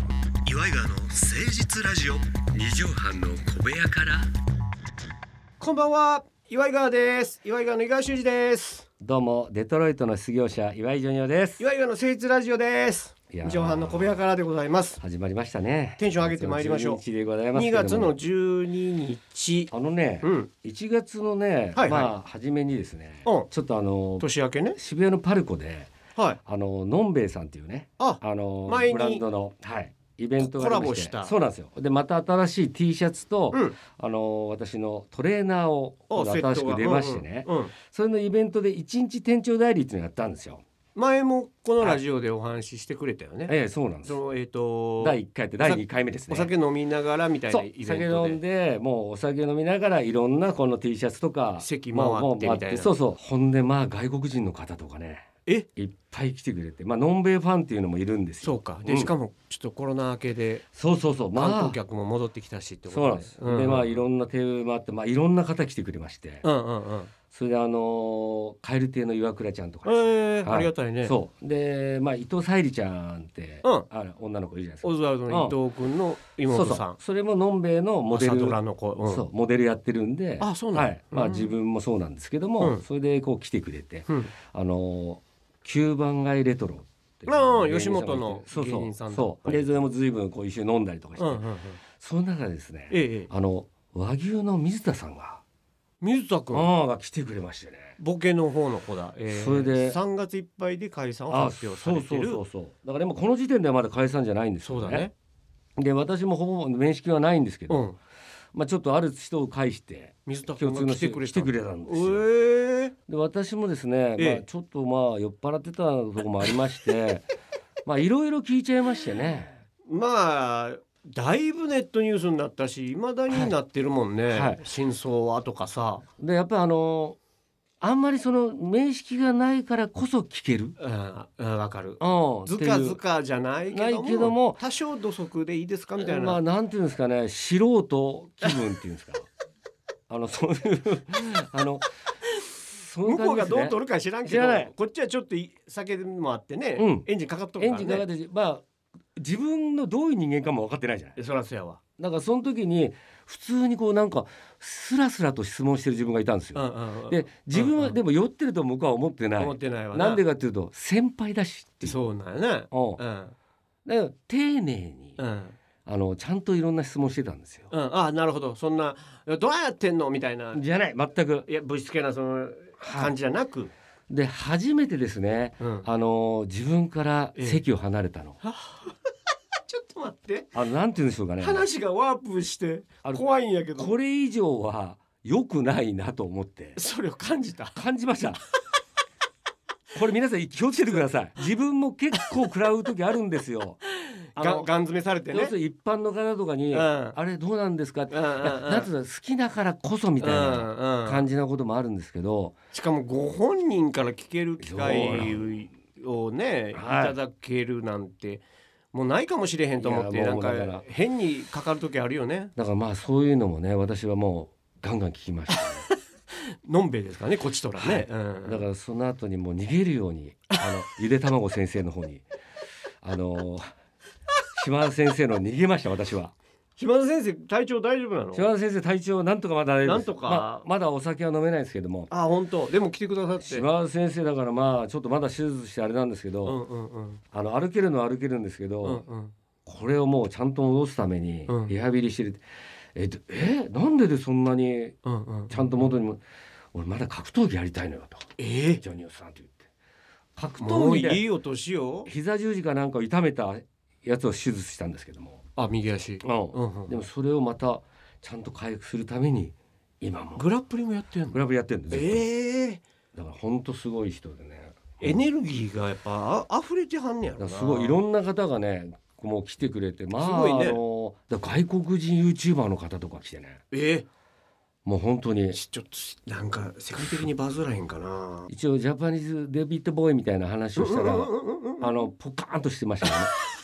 イガーの誠実ラジオ二畳半の小部屋からこんばんは、岩井川です。岩井川の井川修司です。どうもデトロイトの失業者岩井ジョニオです岩井川の誠実ラジオです。いやー二畳半の小部屋からでございます。始まりましたねテンション上げてまいりましょう12日でございますけ2ども月の12日、あのね、うん、 1月のね、はいはいまあ初めにですね、うんちょっとあの年明けね。渋谷のパルコではい。あののんべえさんっていうねあ、あの前にブランドのはいイベントがありましてコラボしたそうなんですよでまた新しい T シャツと、うん。あの私のトレーナーをおセット新しくが出ましてね、うんうんうんそれのイベントで一日店長代理っていうのやったんですよ。前もこのラジオでお話ししてくれたよね。ええ、そうなんですそ。のえっ、と第1回って第2回目ですね。お酒飲みながらみたいそなうイベン酒ト飲んで。でもうお酒飲みながらいろんなこの T シャツとか席まあ回ってみたいなまあそうそうほんでまあ外国人の方とかねえ、いっぱい来てくれてまあのんべえファンっていうのもいるんですそようか。うでんしかもちょっとコロナ明けでそうそうそう観ま光あ客も戻ってきたしってことそうなんです、でまあいろんんなテーマあってまあいろんな方来てくれまして、な。うんうんうん。それであのーカエル亭の岩倉ちゃんとか、ええはいありがたいね。そうでまあ伊藤沙莉ちゃんって、うんあの女の子いるじゃないですかオズワルドの伊藤君のそう妹そさんう。それものんべえのモデ朝ルドラの子。うんそうモデルやってるんであそうなんはだいまうあ、ん自分もそうなんですけども、うんそれでこう来てくれて、うん。あのー9番街レトロっていうああ芸人さんがいて吉本のそうそう芸人さんだそうでそれも随分こう一緒に飲んだりとかして、うんうんうん。その中でですね、ええええ。あの和牛の水田さんが、水田君。ああが来てくれましてねボケの方の子だ。えーそれで3月いっぱいで解散をあ発そう表そされうてる。そうそうだから今この時点ではまだ解散じゃないんですそうよだね。で私もほぼ面識はないんですけうど、ん。まあ、ちょっとある人を介して水田君共通のが来て人くれ来てくれたんですよ。ええ。で私もですね、ええまあ、ちょっとまあ酔っ払ってたとこもありまして まあいろいろ聞いちゃいましてね、まあ。だいぶネットニュースになったし、未だになってるもんね。はい真相はとかさ。でやっぱりあのあんまりその面識がないからこそ聞ける、うん、うん、わかる。うん、ずかずっかじゃないけどもないけども多少土足でいいですかてみいたいうな、まあなんていうんですかね素人気分っていうんで すかあのそういうあのそういう向こ感うじがですどうね取るか知らんけ知どらないこっちはちょっとい酒もあってね、うんエンジンかかっとエるンかジらンかかっねてまあ自分のどういう人間かも分かってないじゃないそらそやわ、だからその時に普通にこうなんかスラスラと質問してる自分がいたんですよ、うんうんうん、で自分うんうはんでも酔ってると僕は思ってない、思ってないわなんでかっていうと先輩だしっていうそうなんやねうんうんだから丁寧に、うんあのちゃんといろんな質問してたんですよ、うん、あなるほどそんなどうやってんのみたいなじゃない全くいやぶしつけなその感じじゃなく、で初めてですねうん、あの自分から席を離れたの、ちょっと待ってあのなんて言うんでしょうかね話がワープしてあの怖いんやけどこれ以上は良くないなと思ってそれを感じた感じました これ皆さん気をつけてください自分も結構食らう時あるんですよあ がのガン詰めされて要ねするに一般の方とかに、う んあれどうなんですかって、うんうんうんいやなんつうの好きだからこそみたいなうんうん感じなこともあるんですけど、しかもご本人から聞ける機会をねいはいただけるなんてもうないかもしれへんと思っていやなもんうだかから変にかかる時あるよねだからまあそういうのもね私はもうガンガン聞きました、のんべえですからねこっちとらね、うんだからその後にもう逃げるようにあのゆで卵先生の方に あの島田先生の逃げました私は島田先生体調大丈夫なの島田先生体調なんとかまだ大丈夫ですなんとかままだお酒は飲めないですけどもあ本当でも来てくださって島田先生だからまあちょっとまだ手術してあれなんですけど、うんうんうんあの歩けるのは歩けるんですけど、うんうんこれをもうちゃんと戻すためにうんリハビリしてる、えっとえなんででそんなにうんうんちゃんと元にも俺まだ格闘技やりたいのよとえジョニオさんと言って格えも闘う技いでいお年よ膝十字かなんかを痛めたやつを手術したんですけども、あ右足ううんうんん、でもそれをまたちゃんと回復するために今もグラップリングやってんグのラブやってるんですよええだからほんとすごい人でねエネルギーがやっぱあ溢れてはんねやだかろらなすごいいろんな方がねもう来てくれてまあすごいねあのだから外国人 YouTuber の方とか来てねええもう本当にちょっとなんか世界的にバズらへんかな。一応ジャパニーズデビッドボーイみたいな話をしたら、あのポカーンとしてましたね。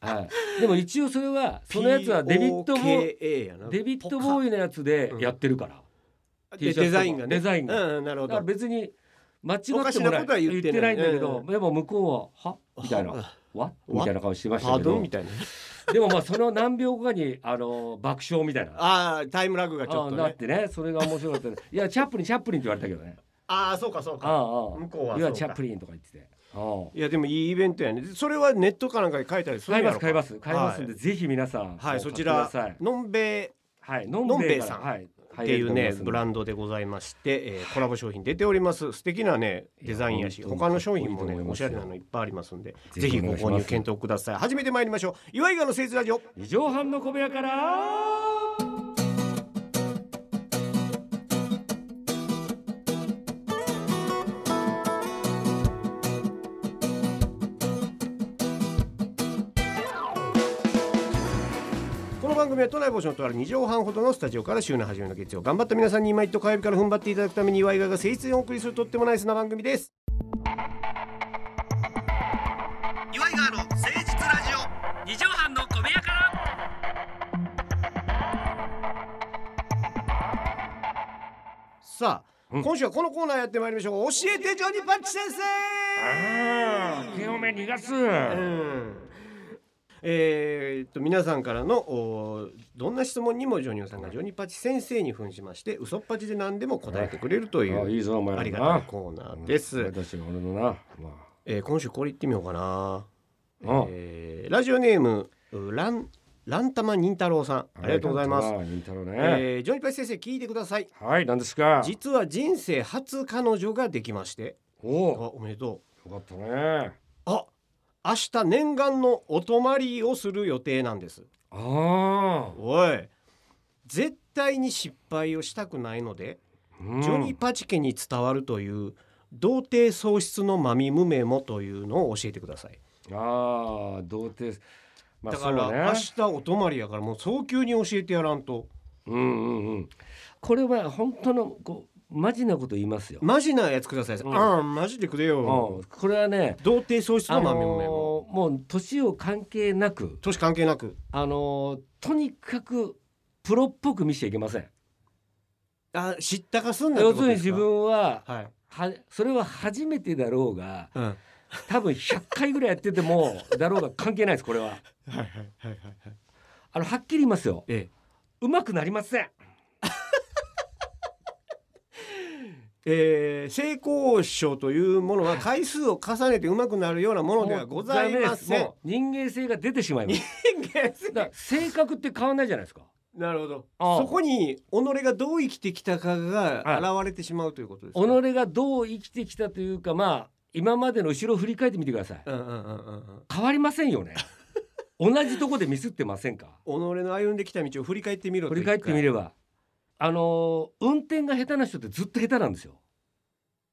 はい。でも一応それはそのやつはデビッドボーイ、ーデビッドボイーイのやつでやってるから。デ T シャツとかザインがね。デザインがうんうんなるほだからど。別に間違ってもおかしななこいとは言言っっててなないいんだけど、でも向こうは「はみたいなあ「わ」みたいな顔してましパたけドどンみたいな。でもまあその何秒後かにあの爆笑みたいな。ああ、タイムラグがちょっとああなっね。てねそれが面白かったねいやチャップリンチャップリンって言われたけどねああ、そうか、そうあか。あ向こうあはあいそやうチャッかプ。リンとか言っててああいや、でもいいイベントやね。それはネットかなんかに書いたりする買いんやまろす買います買いますんで、はぜひ皆さんはい、おそ買っちてらください、のんべはい、のんべえさのんべえさんんはいいっっていうね、ブランンドでございまして、えーコラボ商品出ております。素敵なね、デザインやし、いや本他当のに商品もかっこいいと思ね、いますよおしゃれなのいっぱいありますんで、ぜぜひひおご願いします購入検討ください。始めてまいりましょう。岩井川の聖地ラジオ。二畳半の小部屋からこの番組は都内防止のとある2畳半ほどのスタジオから週の初めの月曜頑張った皆さんに今一度火曜日から踏ん張っていただくために岩井川が誠実にお送りするとってもナイスな番組です岩井川の誠実ラジ二畳半の小部屋からさあ、うん今週はこのコーナーやってまいりましょう教えてジョニーパッチ先ああ清め逃がす、生うんえーっと皆さんからのおーどんな質問にもジョニオさんがジョニーパッチ先生に扮しまして嘘っぱちで何でも答えてくれるといああいいうぞお前あらりがなたいコーナーです、私俺のな、まえー今週これ言ってみようかなああえーラジオネームうランランタマ忍太郎さんありがとうございまりす。がとうな忍太郎ね、えージョニパイ先生聞いてください。はい何ですか実は人生初彼女ができまして、おあおおめでとよかったねう。あ明日念願のお泊まりをする予定なんです。ああ、おい、絶対に失敗をしたくないので、うんジョニーパチ家に伝わるという童貞喪失のマミムメモというのを教えてください。ああ童貞まあだかそうねら明日お泊まりやからもう早急に教えてやらんと。うんうんうんこれは本当のこうマジなこと言いますよ、マジなやつください。うんああ、マジでくれうんよ。これはね童貞喪失あのの豆ーもねももう年を関係なくう。年関係なく。あのーとにかくプロっぽく見せちゃいけませんあ、知ったかすんだって要こすとるにですか。自分ははい。はそれは初めてだろうがうん。はい多分100回ぐらいやっててもだろうが関係ないですこれははいはいはい。あのはっきり言いますよえうまくなりませんええー性交渉というものは回数を重ねて上手くなるようなものではございません。もう人間性が出てしまいます人間性だから性格って変わんないじゃないですか なるほど。ああそこに己がどう生きてきたかがは現れてしまうということですか。己がどう生きてきたというかまあ今までの後ろを振り返ってみてくださいうんうんうんうん変わりませんよ ね同じとこでミスってませんかうん。己の歩んできた道を振り返ってみろと振一り回。返ってみればあのー運転が下手な人ってずっと下手なんですよ、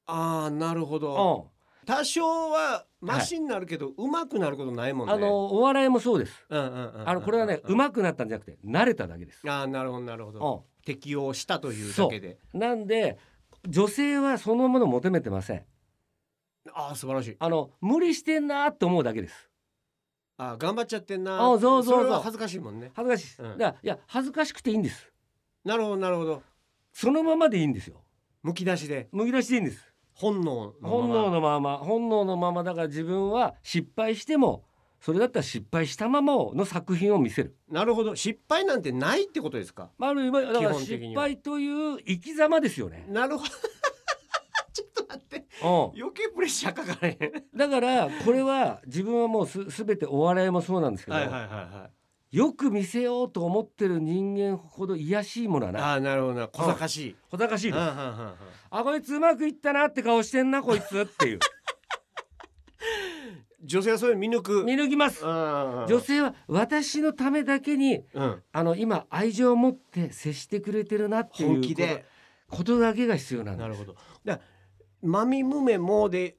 ああなるほうど。ん、あ多少はマシになるけど、上手くなることないもんね。のーお笑いもそうですうんうんうんうん、あのこれはねうん上手くなったんじゃなくて慣れただけです、ああなるほどなるほど。う適応したというだけで。ん、なんで女性はそのものを求めてませんああ素晴らしい。あの無理してんなと思うだけですああ頑張っちゃってんな。あそうそうそうれは恥ずかしいもんね。恥ずかしいです、うんだからいや恥ずかしくていいんですなるほどなるほど。そのままでいいんですよむき出しでむき出しでいいんです本能のまま。本能のまま本能のままだから自分は失敗してもそれだったら失敗したままをの作品を見せる、なるほど失敗なんてないってことですか。まあ、ある意味だから基本的失には敗という生き様ですよね、なるほど。 ちょっと待ってう余計プレッシャーかかれへん。ん、だからこれは自分はもうす全てお笑いもそうなんですけど、はいはいはいはい。よく見せようと思ってる人間ほど卑しいものはないああなるほどな小賢しい。小賢しいうんうですんうんうんあこいつうまくいったなって顔してんなこいつって いう女性はそれ見抜く。見抜きます女女。性は私のためだけにうん。あの今愛情を持って接してくれてるなっていう本気で。ことだけが必要なんですなるほど。だからマミムメモで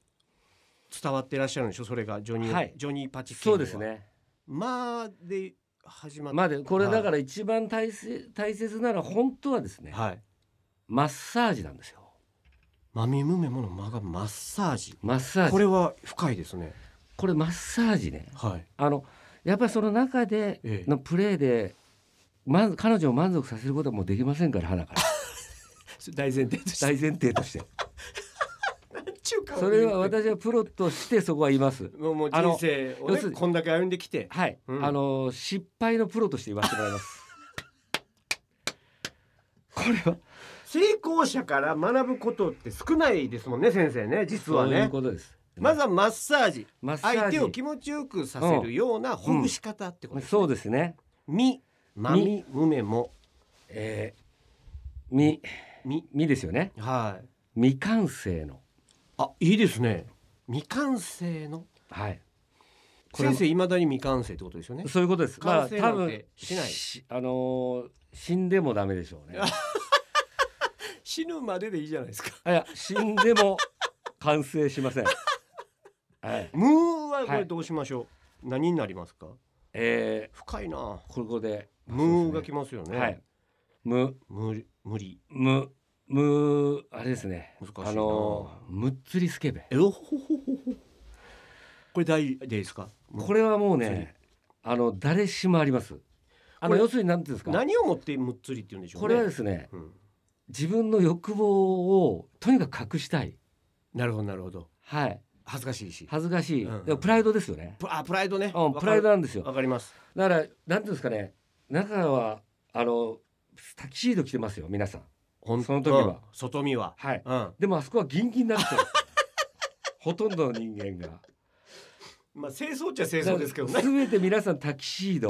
伝わってらっしゃるんでしょ。それがジョニー、はいジョニーパチキンそはうです。ねまあで始まっまあでこれはいだから一番大切大切なのは本当はですねはい。マッサージなんですよマミムメモの間がマッサージ。マッサージここれれは深いですね。マッサージねはい。あのやっぱりその中でええのプレーで、まず、彼女を満足させることはもうできませんから花から 大前提として。大前提としてしょうかそれは私はプロとしてそこはいます。もうもうあの人生を要ねするにこんだけ歩んできてはい、うんあの失敗のプロとして言わせてもらい ます。これは成功者から学ぶことって少ないですもんね先生ね実はそういうねことです。まずはマッサージマッサージ相手を気持ちよくさせるようなほぐし方ってことですねそうですね。みまみむめもえー、みみみですよね。はい未完成のあいいですね未完成のはい。これも先生いまだに未完成ってことですよねそういうことです。完成なんてまあ多分しないあのー死んでもダメでしょうね。死ぬまででいいじゃないですかあいや死んでも完成しません。はい。ムーはこはれいどうしましょう、何になりますかえ深いなー、ここでムーがきますよねはい。む無無理むむあれですね。難しいなあのーむっつりスケベ。えおほほほほこれ大でですかこれはもうむっつりね、あの誰しもあります。あこのれ要するになんていうんですか。何をもってむっつりって言うんでしょうねこれはですね、うん自分の欲望をとにかく隠したい。なるほどなるほどはい。恥ずかしいし恥ずかしい。うんうんでもプライドですよね。プあプライドねうん、プライドわかなんでするよ。わかりますだから、なんていうんですかね、中は、あの、タキシード着てますよ、皆さん。ほんその時はうん外見ははい。うんでも、あそこはギンギンにな ってる。ほとんどの人間が。まあ清掃っちゃ清掃ですけどねべて皆さんタキシード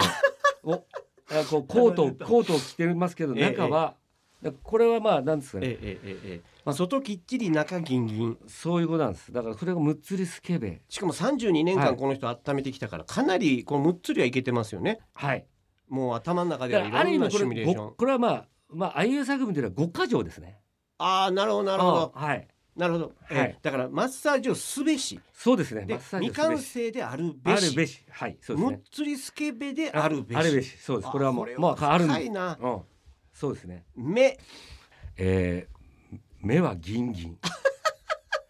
を、あこうコー トを、コートを着てますけど、ええ中は、だからこれはまあ、なんですかええね、ええええまあ外きっちり中ギンギンそういうことなんです。だから、それがむっつりスケベ。しかも32年は間いこの人温めてきたからかなりこのむっつりはいけてますよねはい。もう頭の中だではかいら、あろる意んな味、こシミュレれ、ーショごンこれはまあ、まあ、あいうえお作文というのは五箇条ですね。ああなるほどなるほどうんはい。なるほど、ええはいだからマッサージをすべしそうですね。でマッサージ未をすべ完し成であるべあしるべし。はい。そうですむねっ。つりスケベであるべしあるべし。そうです。これはもう、まあ、あるん深でいす。なうん。そうですね。目えー目はギンギン。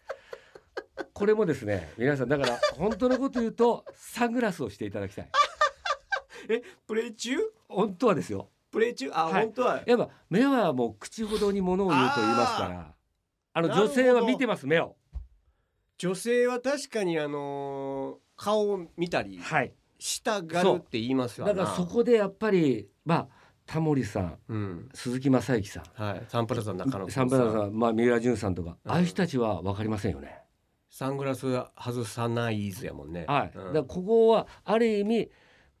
これもですね、皆さん、だから、本当のこと言うと、サングラスをしていただきたい。えプレイ中本当はですよ。プレイ中あ、はい本当はやっぱ、目はもう口ほどにものを言うと言いますから。あの、なるほ女ど性は見てます、目を。女性は確かにあのー顔を見たりはい。したがるって言いますよだから、そこで、やっぱり、まあ、タモリさん、うん鈴木雅之さん。はいサンプラザの中野サンプラザまあ、三浦淳さんとか、うんああいう人たちは分かりませんよね。サングラス外さないイズやもんねはい、うだんからここはある意味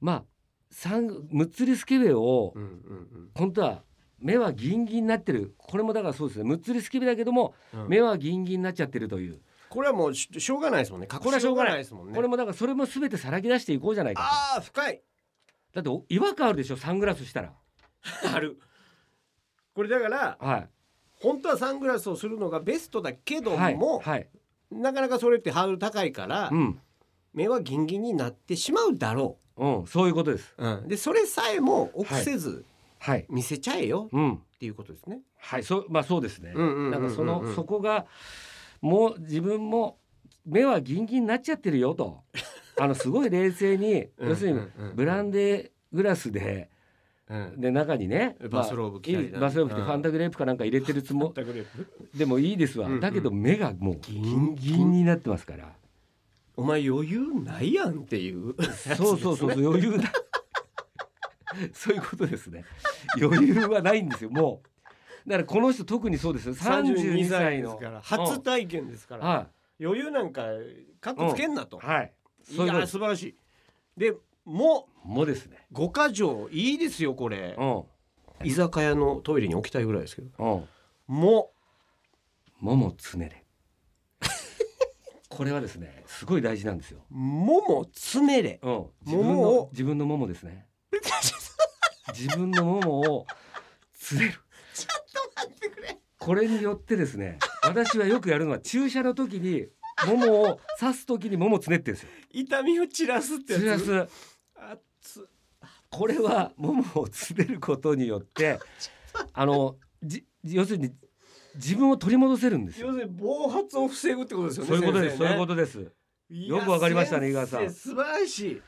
まあサンむっつりスケベを、うんうん本当は目はギンギンになってるこれもだからそうですねむっつりスケベだけども、うん目はギンギンになっちゃってるという、これはもうししょうがないですもんねこれはしょうがないですもんねこれもだからそれも全てさらけ出していこうじゃないかああ深いとだってお違和感あるでしょサングラスしたらあるこれだからは本当はサングラスをするのがベストだけいども、はいはいなかなかそれってハードル高いから、うん目はギンギンになってしまうだろうんそういうことですう、でそれさえも臆せずはい見せちゃえようんっていうことですね、はいそまあそうですね、うんうんうんうんうんだからそのそこがもう自分も目はギンギンになっちゃってるよとあのすごい冷静に うん要するにうんうんうんブランデーグラスでうんで中にねまあバスローブ着たりなんていいバスローブ着てうんファンタグレープかなんか入れてるつもでもいいですわ、うんうんだけど目がもうギギンギンンギンになってますからお前余裕ないやんって いうやつですねそうそうそうそう余裕 だそういうことですね余裕はないんですよもうだからこの人特にそうですよ32 32歳歳ですのからう初ん体験ですから、はい余裕なんかカッコつけんなと、はい。いそういうことやです素晴らしいでもうもですね。五か条いいですよこれうん。居酒屋のトイレに置きたいぐらいですけどうん。もももつねれ。 これはですね、すごい大事なんですよ。ももつねれうん。自分もものを自分のももです ね。自分のももをつねる。ってくれこれによってですね、私はよくやるのは注射の時に。ももを刺す時にももつねってんですよ。痛みを散らすってやつつらす。あつこれはももをつねることによって。あの、じ、要するに。自分を取り戻せるんですよ要。するに暴発を防ぐってことですよねそういうことです。先そ生うねいうことです。いよくわかりましたねや井川さん先生素晴らし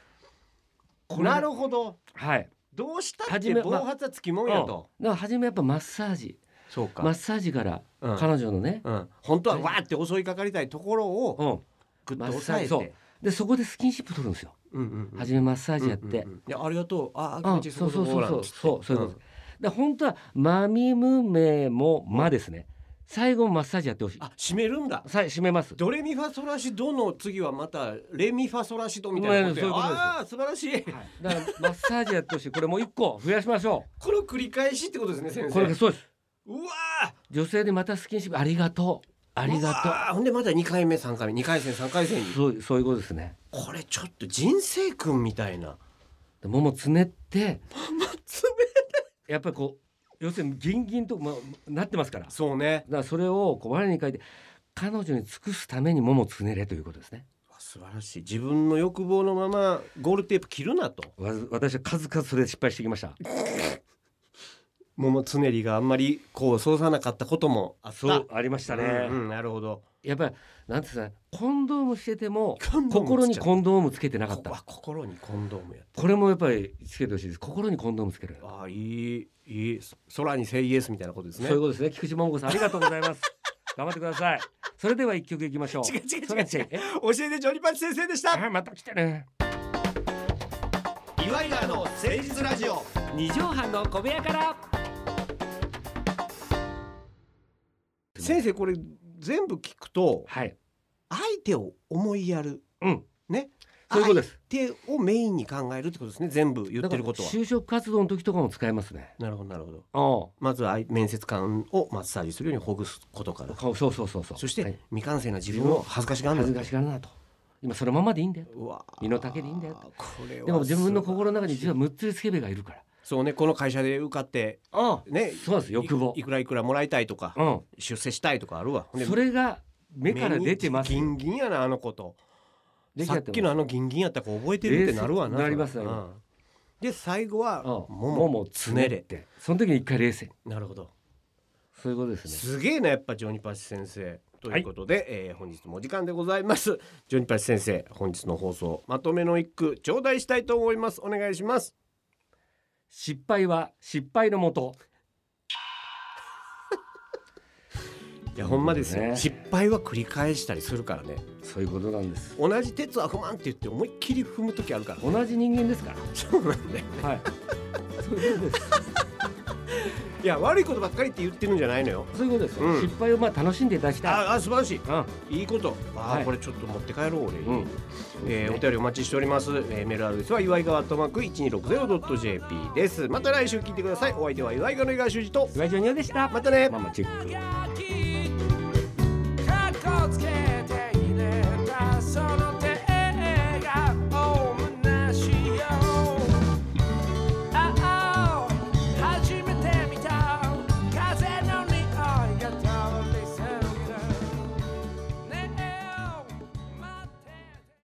こいれなるほどはい。どうしたっはじてめ暴発はつきもんやと、だから初めやっぱマッサージそうかマッサージからうん彼女のね、うん、本当はわーって襲いかかりたいところをうん、グッと抑えて、マッサージでそこでスキンシップ取るんですよ。うんうんうん初めマッサージやって、うんうんうんいやありがとうあー気あ持ちいいそうそうそうそうそうそういうことんです、で本当は「まみむめもま」ですね最後マッサージやってほしいあ締めるんださ締めますドレミファソラシドの次はまたレミファソラシドみたいなことで、まあそういうことですああー素晴らしいだからマッサージやってほしいこれもう一個増やしましょこれを繰り返しってことですね先う生これがそうですうわー女性でまたスキンシップありがとうありうわがーほんでまた2回目3回目2回戦3回戦とうにそうそういうことですねこれちょっと人生君みたいなでももつねってやっぱりこう要するにギンギンと、ま、なってますからだかそうねらそれをこう我に書いて彼女に尽くすためにももつねれということですね素晴らしい自分の欲望のままゴールテープ切るなとわ私は数々それで失敗してきました桃つねりがあんまりこうそうさなかったこともあったそうありましたね、うんうんなるほどやっぱりなんていうんですかねコンドームしててもコンドーム心につけコンドームつけてなかっこたあ心にコンドームやこれもやっぱりつけてほしいです心にコンドームつける、ああいいいい空に「セイエス」みたいなことですそうねいうことですね菊池桃子さんありがとうござい ます頑張ってくださいそれでは一曲いきましょう違う違う違うそらちえ教えてジョニパチ先生でしたあまた来てね岩井川の誠実ラジオ二畳半の小部屋から先生これ全部聞くとはい相手を思いやるうんねそういうことです相手をメインに考えるってことですね全部言ってることはだから就職活動の時とかも使えますねなるほどなるほどあまずは面接官をマッサージするようにほぐすことかあらそうそうそうそうそしはいて未完成な自分を恥ずかしがる恥ずかしがるなと今そのままでいいんだようわ身の丈でいいんだよこれはでも自分の心の中に素晴実はらしい6つつけべがいるからそうねこの会社で受かってあねそうなんです欲望いくらいくらもらいたいとかうん出世したいとかあるわほんでそれが目から出てます目にギンギンやなあのこと出ちさゃってきまのすあのギンギンやった子覚えてるってなるわな冷静なりますうなりんまで最後はうんももももつつねねれっれてその時に一回冷静になるほどそういうことですねすげえなやっぱジョニーパチ先生ということで、えー本日もお時間でございます ジョニーパチ先生本日の放送まとめの一句頂戴したいと思いますお願いします失敗は失敗のもといやほんまですよ、ね失敗は繰り返したりするからねそういうことなんです同じ鉄は踏まんって言って思いっきり踏む時あるから ね同じ人間ですかそうなんだよらはいそういうことですいや悪いことばっかりって言ってるんじゃないのよそういうことです、うん失敗をまあ楽しんでいただきたいああ素晴らしいうんいいことあー、はいこれちょっと持って帰ろう俺、うんえーお便りお待ちしております、えーメールアドレスは岩井川とまく 1260.jp ですまた来週聞いてくださいお相手は岩井川の井川修司と岩井ジョニオでしたまたねママチェック「